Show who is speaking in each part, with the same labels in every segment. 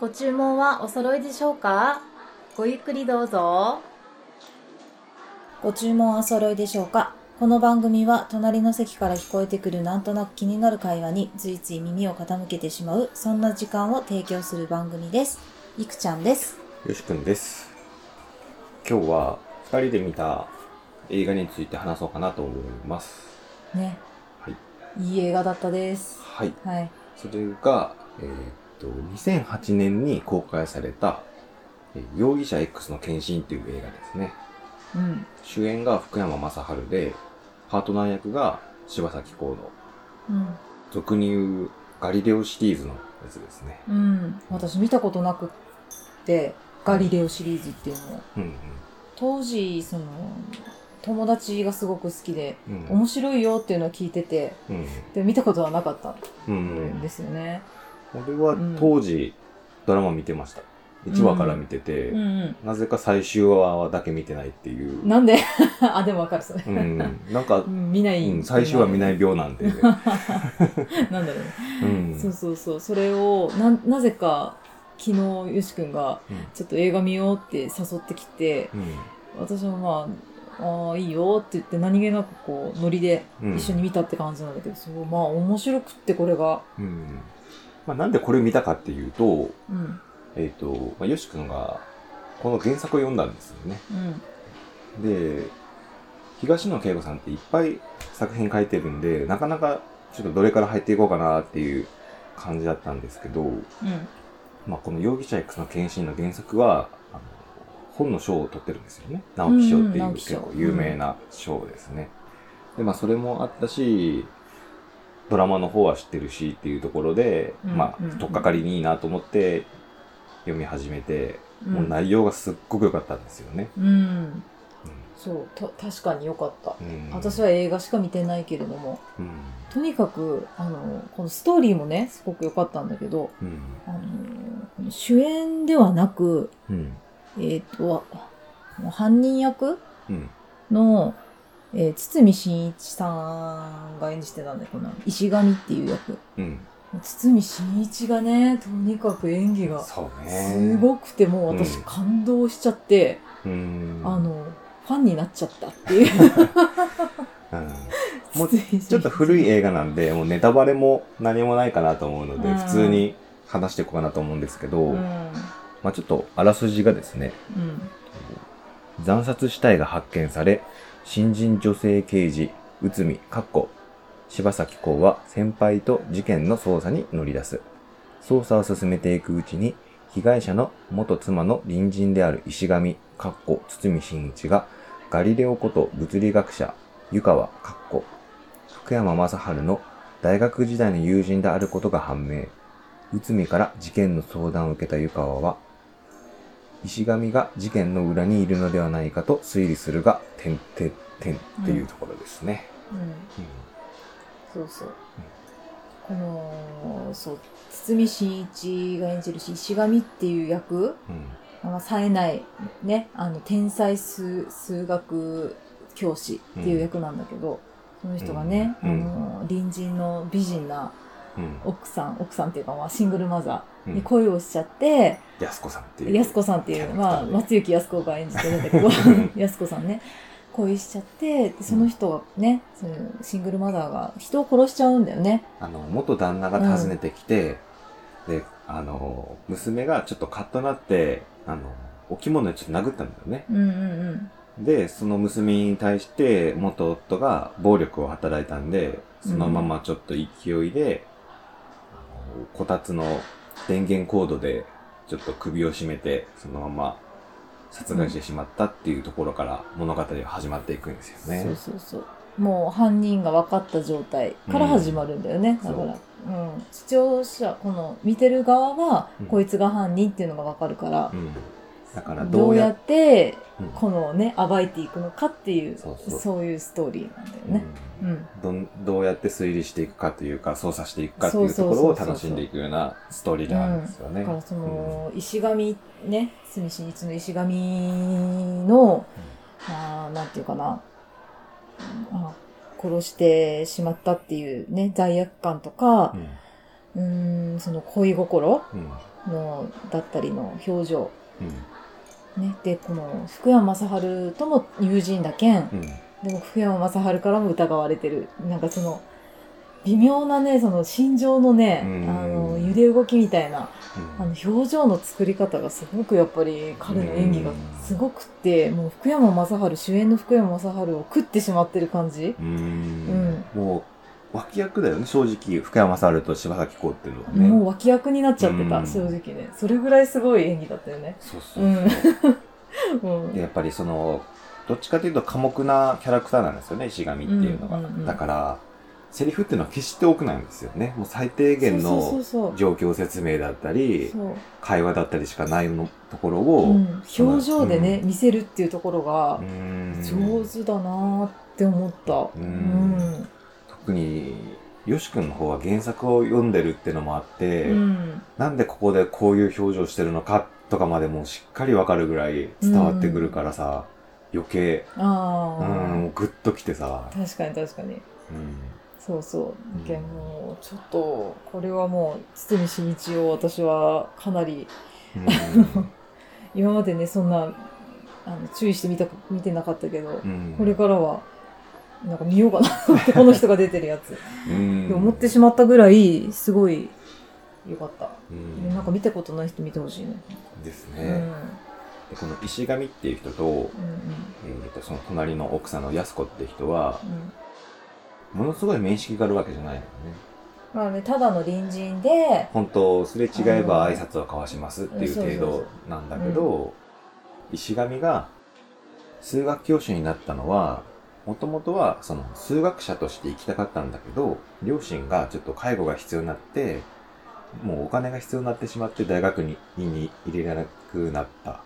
Speaker 1: ご注文はお揃いでしょうかごゆっくりどうぞ。
Speaker 2: ご注文はお揃いでしょうかこの番組は隣の席から聞こえてくるなんとなく気になる会話についつい耳を傾けてしまうそんな時間を提供する番組ですいくちゃんです
Speaker 3: よしくんです。今日は2人で見た映画について話そうかなと思います。
Speaker 2: ね
Speaker 3: はい。
Speaker 2: いい映画だったです
Speaker 3: はい。
Speaker 2: はい
Speaker 3: それが、えーっと、2008年に公開された、えー容疑者 X の献身という映画ですね。
Speaker 2: うん
Speaker 3: 主演が福山雅治で、パートナー役が柴咲コウの、
Speaker 2: うん
Speaker 3: 俗に言うガリレオシリーズのやつですね。
Speaker 2: うん私見たことなくってガリレオシリーズっていうのを
Speaker 3: うん
Speaker 2: 当時その友達がすごく好きで
Speaker 3: うん。うん
Speaker 2: 面白いよっていうのを聞いてて
Speaker 3: うん
Speaker 2: で見たことはなかった
Speaker 3: うんん
Speaker 2: ですよね、
Speaker 3: うん。俺は当時、ドラマ見てました。1話から見てて、
Speaker 2: うんうん
Speaker 3: なぜか最終話だけ見てないっていう。
Speaker 2: なんで あでもわかるそれ、
Speaker 3: うん。なんか
Speaker 2: う、ん見な
Speaker 3: う
Speaker 2: い、
Speaker 3: ん、最終話見ないい病 なんで。
Speaker 2: なんだろうね、
Speaker 3: うん。
Speaker 2: そうそうそうそれをななぜか昨日よし君が
Speaker 3: うん
Speaker 2: ちょっと映画見ようって誘ってきて私もまああーいいよって言って何気なくこうノリで
Speaker 3: うん。
Speaker 2: 一緒に見たって感じなんだけど、そうまあ面白くってこれが
Speaker 3: うん。まあ、なんでこれ見たかっていうと、
Speaker 2: うん
Speaker 3: えっ、と、まあ、よしくんが、この原作を読んだんですよね。
Speaker 2: うん
Speaker 3: で、東野圭吾さんっていっぱい作品書いてるんで、なかなかちょっとどれから入っていこうかなっていう感じだったんですけど、
Speaker 2: うん
Speaker 3: まあ、この容疑者 X の献身の原作は、あの本の賞を取ってるんですよね。直木賞って
Speaker 2: うんうん
Speaker 3: いう
Speaker 2: 直木賞
Speaker 3: 結構有名な賞ですね。で、まあ、それもあったし、ドラマの方は知ってるしっていうところで、
Speaker 2: うん
Speaker 3: ま
Speaker 2: うんうん
Speaker 3: あ、とっかかりにいいなと思って読み始めて、
Speaker 2: うん
Speaker 3: もう内容がすっごく良かったんですよね。
Speaker 2: うん
Speaker 3: う
Speaker 2: そうた確かに良かった、
Speaker 3: ん
Speaker 2: 私は、映画しか見てないけれども
Speaker 3: うん
Speaker 2: とにかくあのこのストーリーもねすごく良かったんだけど
Speaker 3: うん
Speaker 2: あのこの主演ではなく、
Speaker 3: うん
Speaker 2: えっとあ犯人役
Speaker 3: うん
Speaker 2: の、えー堤真一さんが演じてたんだけどな石神っていう役
Speaker 3: うん
Speaker 2: 堤真一がねとにかく演技が
Speaker 3: そうね。
Speaker 2: すごくてもう私
Speaker 3: うん
Speaker 2: 感動しちゃって、
Speaker 3: うん
Speaker 2: あのファンになっちゃったっていう
Speaker 3: うん もう
Speaker 2: 堤真一
Speaker 3: ちょっと古い映画なんで、もうネタバレも何もないかなと思うので、
Speaker 2: うん
Speaker 3: 普通に話していこうかなと思うんですけど、
Speaker 2: うん
Speaker 3: まあちょっとあらすじがですね、
Speaker 2: うん
Speaker 3: 惨殺死体が発見され、新人女性刑事、内海、かっこ、柴咲コウは先輩と事件の捜査に乗り出す。捜査を進めていくうちに、被害者の元妻の隣人である石上、かっこ、堤真一が、ガリレオこと物理学者、湯川、かっこ、福山雅治の大学時代の友人であることが判明。内海から事件の相談を受けた湯川は、石神が事件の裏にいるのではないかと推理するが、てんてんてんっていうところですね。
Speaker 2: うんそうそう。この、そう、堤真一が演じるし、石神っていう役、
Speaker 3: うん。
Speaker 2: まあ、冴えない、ね、あの、天才数数学教師っていう役なんだけど、その人がね、
Speaker 3: うん
Speaker 2: あの、隣人の美人な
Speaker 3: うん。
Speaker 2: 奥さん、奥さんっていうか、まあ、シングルマザ
Speaker 3: う
Speaker 2: ー
Speaker 3: ん。
Speaker 2: に恋をしちゃって、
Speaker 3: やすこさんっていう。
Speaker 2: 安子さんっていう、まあ、松雪安子が演じてるんだけど、 安子さんね、恋しちゃって、でその人がね、そのシングルマザーが人を殺しちゃうんだよね。
Speaker 3: あの、元旦那が訪ねてきて、で、あの、娘がちょっとカッとなって、あの、お着物でちょっと殴ったんだよね。
Speaker 2: うんうん
Speaker 3: で、その娘に対して元夫が暴力を働いたんで、そのままちょっと勢いで、あのこたつの電源コードでちょっと首を絞めて、そのまま殺害してしまったっていうところから物語は始まっていくんですよ
Speaker 2: うん、
Speaker 3: ね。
Speaker 2: そうそうそうもう犯人が分かった状態から始まるんだよね、
Speaker 3: うん
Speaker 2: だからう、ん、視聴者この見てる側は、
Speaker 3: うん
Speaker 2: こいつが犯人っていうのが分かるから
Speaker 3: う、ん。だから
Speaker 2: ど
Speaker 3: ど
Speaker 2: う
Speaker 3: う
Speaker 2: や
Speaker 3: や
Speaker 2: っ
Speaker 3: ってうん
Speaker 2: このね暴いていくのかっていうそ
Speaker 3: そううそう
Speaker 2: いうストーリーなんだよね、うん
Speaker 3: どんどうやって推理していくかというか、操作していくかっていう
Speaker 2: そ
Speaker 3: と
Speaker 2: う
Speaker 3: こ
Speaker 2: そう
Speaker 3: ろ
Speaker 2: そうそ
Speaker 3: を
Speaker 2: う
Speaker 3: 楽しんでいくようなストーリーなんですよね。
Speaker 2: だからそ
Speaker 3: うん
Speaker 2: の石神ね住真一の石神の、あーなんていうかなあ殺してしまったっていうね罪悪感とか、
Speaker 3: うん
Speaker 2: うーん、その恋心
Speaker 3: うん
Speaker 2: のだったりの表情、
Speaker 3: うん
Speaker 2: ね、でこの福山雅治とも友人だけん、
Speaker 3: うん
Speaker 2: でも福山雅治からも疑われてるなんかその微妙なねその心情のねあ
Speaker 3: うん
Speaker 2: の揺れ動きみたいなあの表情の作り方がすごくやっぱり彼の演技がすごくってもう福山雅治主演の福山雅治を食ってしまってる感じ
Speaker 3: うんうんもう脇役だよね正直福山雅治と柴咲コウっていうのはね
Speaker 2: もう脇役になっちゃって
Speaker 3: う
Speaker 2: た
Speaker 3: ん
Speaker 2: 正直ねそれぐらいすごい演技だったよね
Speaker 3: そうそうう、
Speaker 2: ん
Speaker 3: でやっぱりそのどっちかというと寡黙なキャラクターなんですよね石神っていうのが、
Speaker 2: うんうんうん
Speaker 3: だからセリフっていうのは決して多くないんですよねもう最低
Speaker 2: そう
Speaker 3: 限
Speaker 2: そうそ
Speaker 3: の
Speaker 2: うそう
Speaker 3: 状況説明だったり
Speaker 2: そう
Speaker 3: 会話だったりしかないのところ
Speaker 2: う
Speaker 3: を、
Speaker 2: ん表情でね見せるっていうところが
Speaker 3: う
Speaker 2: 上
Speaker 3: ん
Speaker 2: 手だなーって思った。
Speaker 3: う
Speaker 2: うんん。
Speaker 3: 特によし君の方は原作を読んでるっていうのもあって、
Speaker 2: うん
Speaker 3: なんでここでこういう表情してるのかとかまでもうしっかりわかるぐらい伝わってくるからさ、余計、う
Speaker 2: あ
Speaker 3: ん、グッときてさ
Speaker 2: あ。、確かに確かに。
Speaker 3: うん、
Speaker 2: そうそう。だけど
Speaker 3: うん
Speaker 2: もうちょっとこれはもう堤真一を私はかなり
Speaker 3: う
Speaker 2: 今までねそんなあの注意して見た見てなかったけど、
Speaker 3: ん
Speaker 2: これからはなんか見ようかなってこの人が出てるやつ
Speaker 3: うん
Speaker 2: って思ってしまったぐらいすごいよかった。
Speaker 3: うん
Speaker 2: なんか見たことない人見てほしいね。
Speaker 3: です
Speaker 2: う
Speaker 3: ね
Speaker 2: ん、
Speaker 3: でこの石神っていう人と,、
Speaker 2: うん
Speaker 3: えーとその隣の奥さんの安子って人は
Speaker 2: うんうん。
Speaker 3: ものすごい面識があるわけじゃないのね
Speaker 2: まあね、ただの隣人で、
Speaker 3: 本当すれ違えば挨拶を交わしますっていう程
Speaker 2: そうそう
Speaker 3: 度なんだけど、石神が数学教師になったのはもともとはその数学者として行きたかったんだけど両親がちょっと介護が必要になってもうお金が必要になってしまって大学にに入れなくなったっ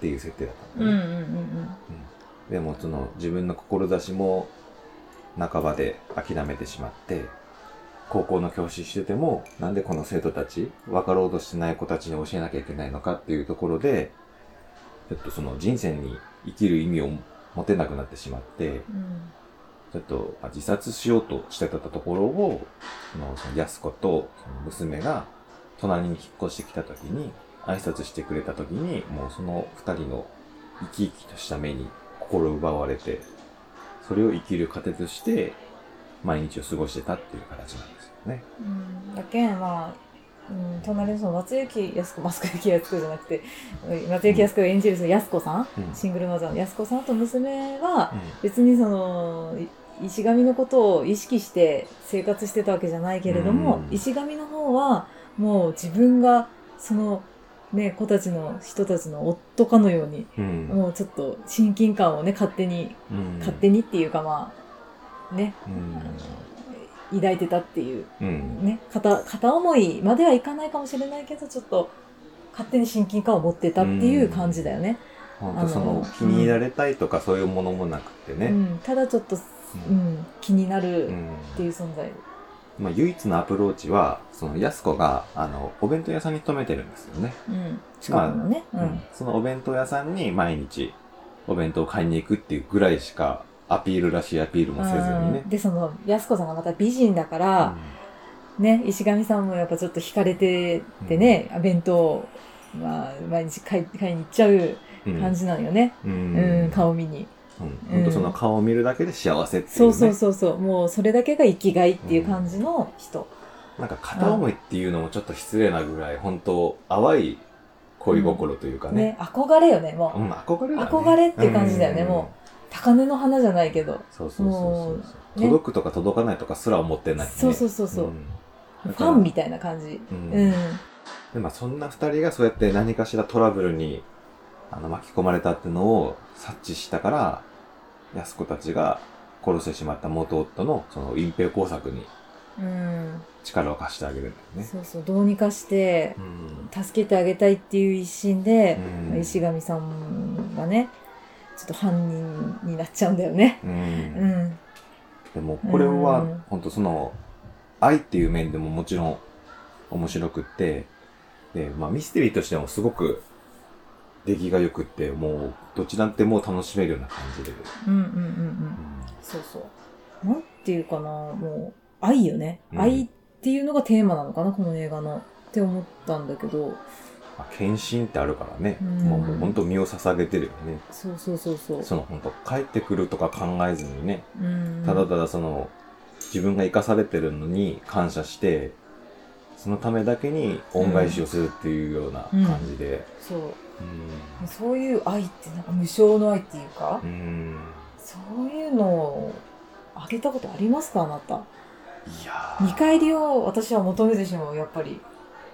Speaker 3: ていう設定だったんだよね、
Speaker 2: ん
Speaker 3: でもその自分の志も半ばで諦めてしまって、高校の教師してても、なんでこの生徒たち、分かろうとしてない子たちに教えなきゃいけないのかっていうところで、ちょっとその人生に生きる意味を持てなくなってしまって、
Speaker 2: うん。
Speaker 3: ちょっとまあ自殺しようとしてたところを、そのその安子とその娘が隣に引っ越してきた時に、挨拶してくれた時に、もうその二人の生き生きとした目に心奪われて、それを生きる糧として、毎日を過ごしてたっていう形なんですよね。
Speaker 2: うん。だけん、まあ、うん、隣のその松雪靖子、松雪靖子じゃなくて、松雪靖子が演じるその靖子さん、
Speaker 3: うん
Speaker 2: シングルマザーの靖子さんと娘は、
Speaker 3: う
Speaker 2: 別にその、い石神のことを意識して生活してたわけじゃないけれども、
Speaker 3: うん
Speaker 2: 石神の方は、もう自分が、その、ね、子たちの人たちの夫かのように、
Speaker 3: ん。
Speaker 2: もうちょっと親近感をね、勝手に
Speaker 3: うん
Speaker 2: 勝手にっていうかまあね
Speaker 3: うん。
Speaker 2: 抱いてたっていう
Speaker 3: うん。
Speaker 2: ね片片思いまではいかないかもしれないけどちょっと勝手に親近感を持ってたっていう感じだよね、
Speaker 3: 本当そ
Speaker 2: あ
Speaker 3: の
Speaker 2: の、
Speaker 3: 気に入られたいとかそういうものもなくて
Speaker 2: う
Speaker 3: ね。
Speaker 2: ん、ただちょっと、
Speaker 3: う
Speaker 2: うんん、気になる
Speaker 3: うん
Speaker 2: っていう存在、
Speaker 3: まあ、唯一のアプローチは、その、安子が、あの、お弁当屋さんに勤めてるんですよね。
Speaker 2: うん、近くのね、うん
Speaker 3: そのお弁当屋さんに毎日、お弁当を買いに行くっていうぐらいしか、アピールらしいアピールもせずにね
Speaker 2: うん。でその安子さんがまた美人だから、ね石神さんもやっぱちょっと惹かれててね、弁当をまあ、毎日買い買いに行っちゃう
Speaker 3: うん
Speaker 2: 感じなのよね、
Speaker 3: う
Speaker 2: うんん
Speaker 3: うん、
Speaker 2: 顔見に。
Speaker 3: 本当その顔を見るだけで幸せっていう、ね。
Speaker 2: そうそうそうそうもうそれだけが生きがいっていう感じの人、
Speaker 3: なんか片思いっていうのもちょっと失礼なぐらい、本当淡い恋心というかね。
Speaker 2: ね憧れよねもう、
Speaker 3: うん、憧れだね。
Speaker 2: 憧れっていう感じだよねも高根の花じゃないけど
Speaker 3: うん。そうそうそうそう。
Speaker 2: もうね
Speaker 3: 届くとか届かないとかすら思ってない、ね。
Speaker 2: そうそうそうそう、
Speaker 3: ん
Speaker 2: ファンみたいな感じ
Speaker 3: うん
Speaker 2: うん、
Speaker 3: でまあ、そんな二人がそうやって何かしらトラブルにあの巻き込まれたってのを察知したから、安子たちが殺してしまった元夫のその隠蔽工作に
Speaker 2: うん
Speaker 3: 力を貸してあげるんだよね。
Speaker 2: そうそうどうにかして
Speaker 3: うん
Speaker 2: 助けてあげたいっていう一心で、
Speaker 3: うん
Speaker 2: 石神さんがねちょっと犯人になっちゃうんだよね
Speaker 3: う。
Speaker 2: うんん
Speaker 3: でもこれは
Speaker 2: うん
Speaker 3: 本当その愛っていう面でももちろん面白くって、で、まあミステリーとしてもすごく出来が良くって、もうどちらでも楽しめるような感じで。
Speaker 2: うんうんうんうんそうそう。なんていうかな、もう、愛よね。
Speaker 3: うん
Speaker 2: 愛っていうのがテーマなのかな、この映画の。って思ったんだけど
Speaker 3: まあ献身ってあるからね、
Speaker 2: うん
Speaker 3: もうもう本当身を捧げてるよね
Speaker 2: そうそうそうそう
Speaker 3: その本当帰ってくるとか考えずにね
Speaker 2: うん
Speaker 3: ただただその自分が生かされてるのに感謝してそのためだけに恩返しをするっていうような感じで、
Speaker 2: そう
Speaker 3: う
Speaker 2: そういう愛ってなんか無償の愛っていうか、
Speaker 3: んうん
Speaker 2: そういうのをあげたことありますかあなた
Speaker 3: いや
Speaker 2: 見
Speaker 3: ー
Speaker 2: 返りを私は求めてしまうやっぱり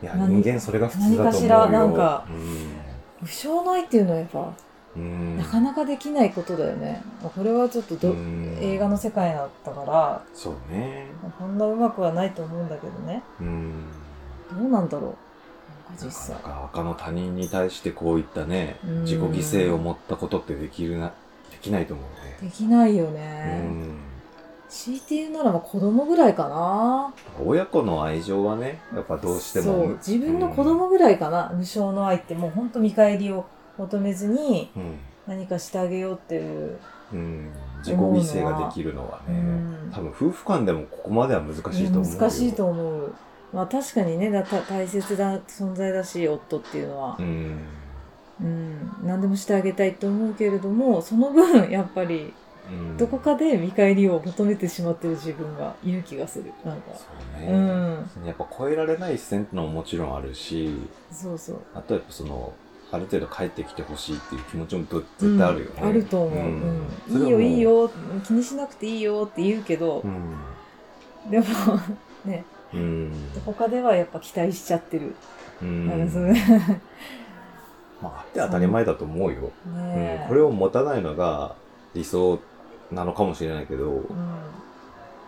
Speaker 3: いや
Speaker 2: 何
Speaker 3: 人間それが普通だと思うよ
Speaker 2: 何かしらなんか
Speaker 3: う
Speaker 2: 無償の愛っていうのはやっぱ、
Speaker 3: んうん
Speaker 2: なかなかできないことだよねこれはちょっとど、
Speaker 3: うん
Speaker 2: 映画の世界だったから
Speaker 3: そうね
Speaker 2: こんなうまくはないと思うんだけどね
Speaker 3: うん
Speaker 2: どうなんだろうなんか
Speaker 3: な
Speaker 2: 実
Speaker 3: か
Speaker 2: 際
Speaker 3: なか他の他人に対してこういったね
Speaker 2: うん
Speaker 3: 自己犠牲を持ったことってできるなできないと思う
Speaker 2: できないよ
Speaker 3: ね、う
Speaker 2: ね、
Speaker 3: ん、
Speaker 2: 強いて言うならば子供ぐらいかな
Speaker 3: 親子の愛情はねやっぱどうしても
Speaker 2: そう自分の子供ぐらいかな、無償の愛ってもうほんと見返りを求めずに
Speaker 3: うん、
Speaker 2: 何かしてあげようっていう
Speaker 3: うん、自己犠牲ができるのはね、
Speaker 2: うん
Speaker 3: 多分夫婦間でもここまでは難しいと思うよ
Speaker 2: 難しいと思うまあ確かにねだた大切な存在だし夫っていうのは
Speaker 3: う、ん、
Speaker 2: うん何でもしてあげたいと思うけれどもその分 やっぱり
Speaker 3: うん
Speaker 2: どこかで見返りを求めてしまってる自分がいる気がするなんか
Speaker 3: そう
Speaker 2: う
Speaker 3: ね、
Speaker 2: ん
Speaker 3: やっぱ超えられない一線ってのももちろんあるし
Speaker 2: そうそう
Speaker 3: あとやっぱそのある程度帰ってきてほしいっていう気持ちもど絶対あるよね、
Speaker 2: うんあると思う、
Speaker 3: う
Speaker 2: うんん
Speaker 3: そ
Speaker 2: い
Speaker 3: れはいもう
Speaker 2: よいいよ気にしなくていいよって言うけど、
Speaker 3: うん、
Speaker 2: でもね
Speaker 3: うん
Speaker 2: 他ではやっぱ期待しちゃってる、
Speaker 3: う
Speaker 2: なんかそ
Speaker 3: ん
Speaker 2: れね
Speaker 3: まああって当たり前だと思うよ、
Speaker 2: え、
Speaker 3: うん、これを持たないのが理想なのかもしれないけど、
Speaker 2: うん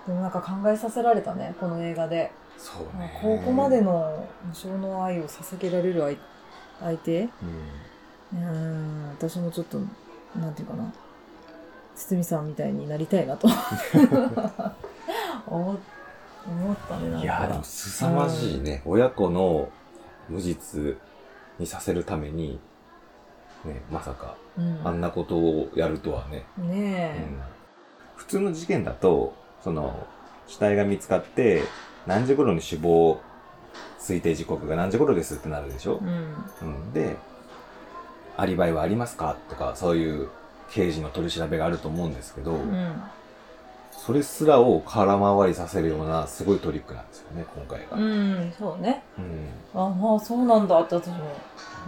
Speaker 2: でもなんか考えさせられたねこの映画で、
Speaker 3: そう
Speaker 2: まあ
Speaker 3: ね
Speaker 2: ここまで、の無償の愛を捧げられる相相手
Speaker 3: うん
Speaker 2: うん私もちょっとなんていうかな堤さんみたいになりたいな と思思ったねなんか
Speaker 3: いやーでも凄まじいね、親子の無実にさせるために、ね、まさか
Speaker 2: うん
Speaker 3: あんなことをやるとはね、
Speaker 2: ね
Speaker 3: う
Speaker 2: え、
Speaker 3: ん普通の事件だとその死体が見つかって何時頃に死亡推定時刻が何時頃ですってなるでしょ、
Speaker 2: うん
Speaker 3: うん、でアリバイはありますかとかそういう刑事の取り調べがあると思うんですけど、
Speaker 2: うん
Speaker 3: それすらを空回りさせるようなすごいトリックなんですよね今回が。
Speaker 2: うん、そうね
Speaker 3: うん
Speaker 2: あまあそうなんだって私も、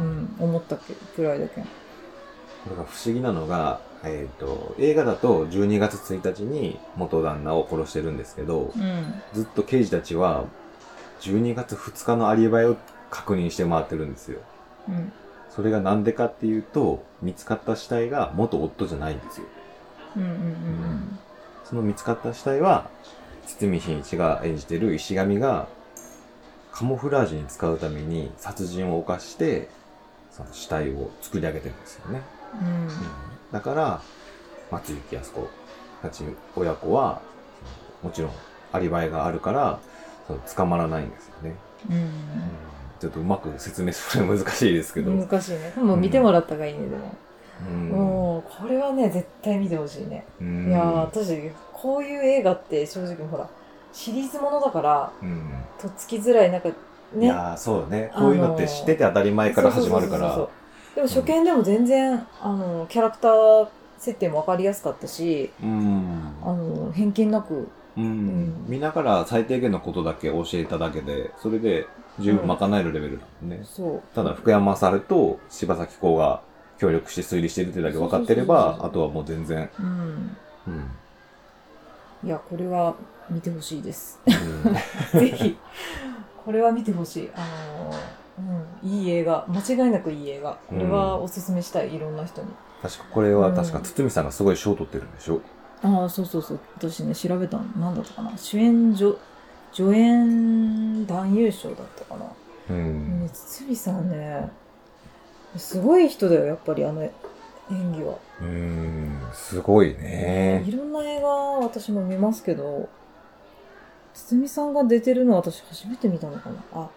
Speaker 2: うん、思ったけくらいだけど
Speaker 3: これが不思議なのが、えっ、と、映画だと12月1日に元旦那を殺してるんですけど、
Speaker 2: うん
Speaker 3: ずっと刑事たちは12月2日のアリバイを確認して回ってるんですよ。
Speaker 2: うん
Speaker 3: それがなんでかっていうと、見つかった死体が元夫じゃないんですよ。
Speaker 2: うんうん
Speaker 3: その見つかった死体は、堤真一が演じてる石神が、カモフラージュに使うために殺人を犯して、その死体を作り上げてるんですよね。
Speaker 2: うん
Speaker 3: だから、松雪康子たち親子は、もちろんアリバイがあるから、その捕まらないんですよね。
Speaker 2: うん
Speaker 3: ちょっとうまく説明するのは難しいですけど。
Speaker 2: 難しいねもう見てもらった方がいいねでも、
Speaker 3: うん
Speaker 2: もうこれはね絶対見てほしいね、
Speaker 3: うん
Speaker 2: いやー私こういう映画って正直ほらシリーズものだから
Speaker 3: うん
Speaker 2: とっつきづらいなんか
Speaker 3: い
Speaker 2: ね
Speaker 3: やーそうね。こういうのって知ってて当たり前から始まるか
Speaker 2: そう
Speaker 3: ら。
Speaker 2: そうそうそうでも初見でも全然、あのキャラクター設定も分かりやすかったし
Speaker 3: うん
Speaker 2: あの偏見なく
Speaker 3: うん
Speaker 2: ん
Speaker 3: 見ながら最低限のことだけ教えただけで、それで十分賄えるレベルだもんね。
Speaker 2: そう
Speaker 3: ただ福山雅治と柴咲コウが協力して推理してるってだけ分かってれば、
Speaker 2: そうそうそうそう
Speaker 3: あとはもう全然、
Speaker 2: うん
Speaker 3: うん、
Speaker 2: いやこれは見てほしいです
Speaker 3: う
Speaker 2: ぜひこれは見てほしいあのーうん、いい映画間違いなくいい映画これはおすすめしたい、いろんな人に
Speaker 3: 確かこれ は
Speaker 2: うん
Speaker 3: 確か堤さんがすごい賞を取ってるんでしょ、
Speaker 2: ああそうそうそう私ね調べたの何だったかな主演女助演男優賞だったかな、
Speaker 3: う
Speaker 2: ね
Speaker 3: ん、
Speaker 2: 堤さんねすごい人だよやっぱりあの演技は、
Speaker 3: うんすごいね
Speaker 2: いろんな映画私も見ますけど堤さんが出てるのは私初めて見たのかなあ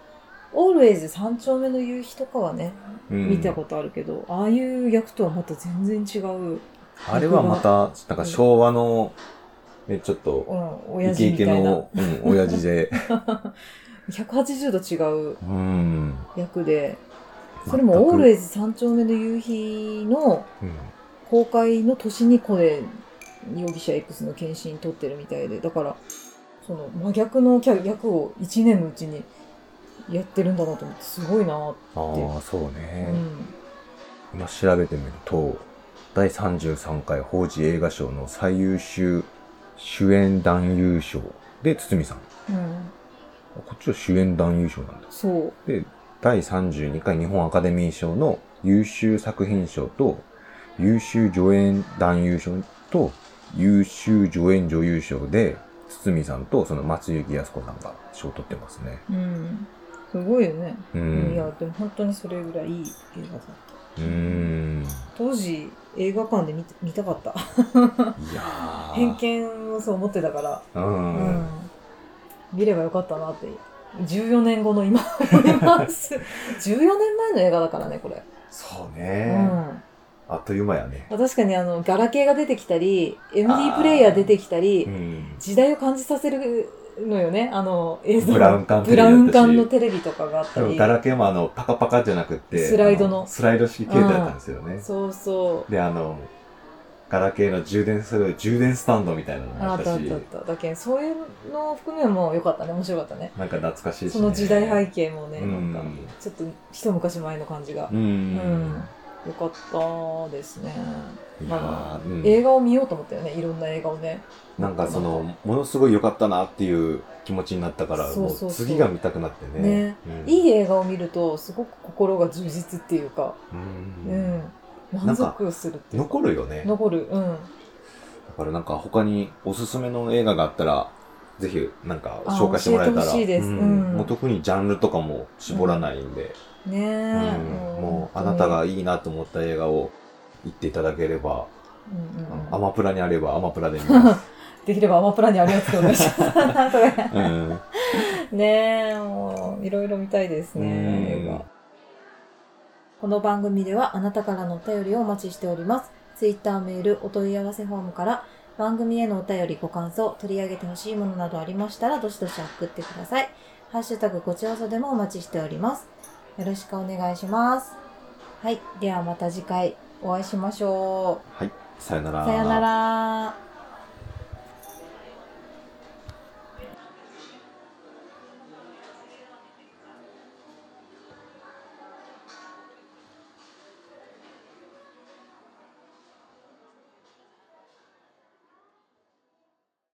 Speaker 2: オールエイズ三丁目の夕日とかはね、見たことあるけど、ああいう役とはまた全然違う、
Speaker 3: とあれはまたなんか昭和のねちょっ
Speaker 2: う
Speaker 3: と
Speaker 2: ん、
Speaker 3: イ
Speaker 2: 親
Speaker 3: ケ
Speaker 2: 父
Speaker 3: イ
Speaker 2: み
Speaker 3: ケ
Speaker 2: たいな。
Speaker 3: のうん親父で
Speaker 2: 180度違う
Speaker 3: うん。
Speaker 2: 役でそれも「オールエイズ三丁目の夕日」の
Speaker 3: 全く
Speaker 2: 公開の年にコネン容疑者 X の検診取ってるみたいでだからその真逆のキャ役を1年のうちにやってるんだなと思ってすごいなって、
Speaker 3: うん。ああ、そうね。
Speaker 2: うん、
Speaker 3: 今調べてみると、第33回報知映画賞の最優秀主演男優賞で、堤さん。
Speaker 2: うん、
Speaker 3: こっちは主演男優賞なんだ。
Speaker 2: そう
Speaker 3: で、第32回日本アカデミー賞の優秀作品賞と、優秀助演男優賞と、優秀助演女優賞で、堤さんとその松雪康子さんが賞を取ってますね。
Speaker 2: うん、すごいよね、
Speaker 3: う
Speaker 2: いや
Speaker 3: ん。
Speaker 2: でも本当にそれぐらいいい映画だった
Speaker 3: うん。
Speaker 2: 当時映画館で見て見たかった
Speaker 3: いやー。
Speaker 2: 偏見をそう思ってたから、
Speaker 3: う
Speaker 2: うん
Speaker 3: ん。
Speaker 2: 見ればよかったなって14年後の今思います14年前の映画だからねこれ、
Speaker 3: そう
Speaker 2: う
Speaker 3: ね。
Speaker 2: ん
Speaker 3: あっという間やね。
Speaker 2: 確かにあのガラケーが出てきたり MD
Speaker 3: あー
Speaker 2: プレイヤー出てきたり、
Speaker 3: ん。
Speaker 2: 時代を感じさせるのよねあの映像
Speaker 3: ブラウン管テ
Speaker 2: ブ
Speaker 3: レビだ
Speaker 2: ラウ
Speaker 3: ったし
Speaker 2: ン管のテレビとかがあっ
Speaker 3: で
Speaker 2: た
Speaker 3: も
Speaker 2: り
Speaker 3: ガラケーもあの、パカパカじゃなくて、
Speaker 2: スライドの
Speaker 3: あスライド式携帯だったんですよね。
Speaker 2: そうそう
Speaker 3: で、あの、ガラケーの充電する充電スタンドみたいなのも
Speaker 2: あ
Speaker 3: あ
Speaker 2: っ
Speaker 3: っ
Speaker 2: あ
Speaker 3: たた
Speaker 2: っ
Speaker 3: し、
Speaker 2: たあっただけんそういうのを含めも良かったね面白かったね
Speaker 3: なんか懐かしいし、ね。
Speaker 2: その時代背景もね、
Speaker 3: うん
Speaker 2: なんかちょっと一昔前の感じが
Speaker 3: う
Speaker 2: うん
Speaker 3: ん。
Speaker 2: 良かったですね、
Speaker 3: いやーうん
Speaker 2: 映画を見ようと思ったよねいろんな映画をね
Speaker 3: なんかその、ものすごい良かったなっていう気持ちになったから、
Speaker 2: そうそうそう
Speaker 3: もう次が見たくなってね
Speaker 2: ね。
Speaker 3: うん
Speaker 2: いい映画を見るとすごく心が充実っていうか、
Speaker 3: う
Speaker 2: うん
Speaker 3: ん。
Speaker 2: 満足するっていうか
Speaker 3: 残るよね。だ
Speaker 2: 残るうん
Speaker 3: からなんか他におすすめの映画があったら、ぜひなんか紹介してもらえた
Speaker 2: あ
Speaker 3: ら。
Speaker 2: 教えてほしいですうん
Speaker 3: もう特にジャンルとかも絞らないんで。
Speaker 2: ねえ、
Speaker 3: うんもうあなたがいいなと思った映画を言っていただければ、
Speaker 2: うんうんうん
Speaker 3: アマプラにあればアマプラで見 ます。
Speaker 2: できればアマプラにあるやつで お願いしますそれ
Speaker 3: うん、
Speaker 2: ねえもういろいろ見たいですね
Speaker 3: うん
Speaker 2: 映画この番組ではあなたからのお便りをお待ちしております。ツイッター、メール、お問い合わせフォームから番組へのお便り、ご感想、取り上げてほしいものなどありましたら、どしどし送ってください。ハッシュタグごちおそでもお待ちしております。よろしくお願いします。はい。ではまた次回お会いしましょ
Speaker 3: はい、さよな
Speaker 2: う。
Speaker 3: ら。
Speaker 2: さよなら。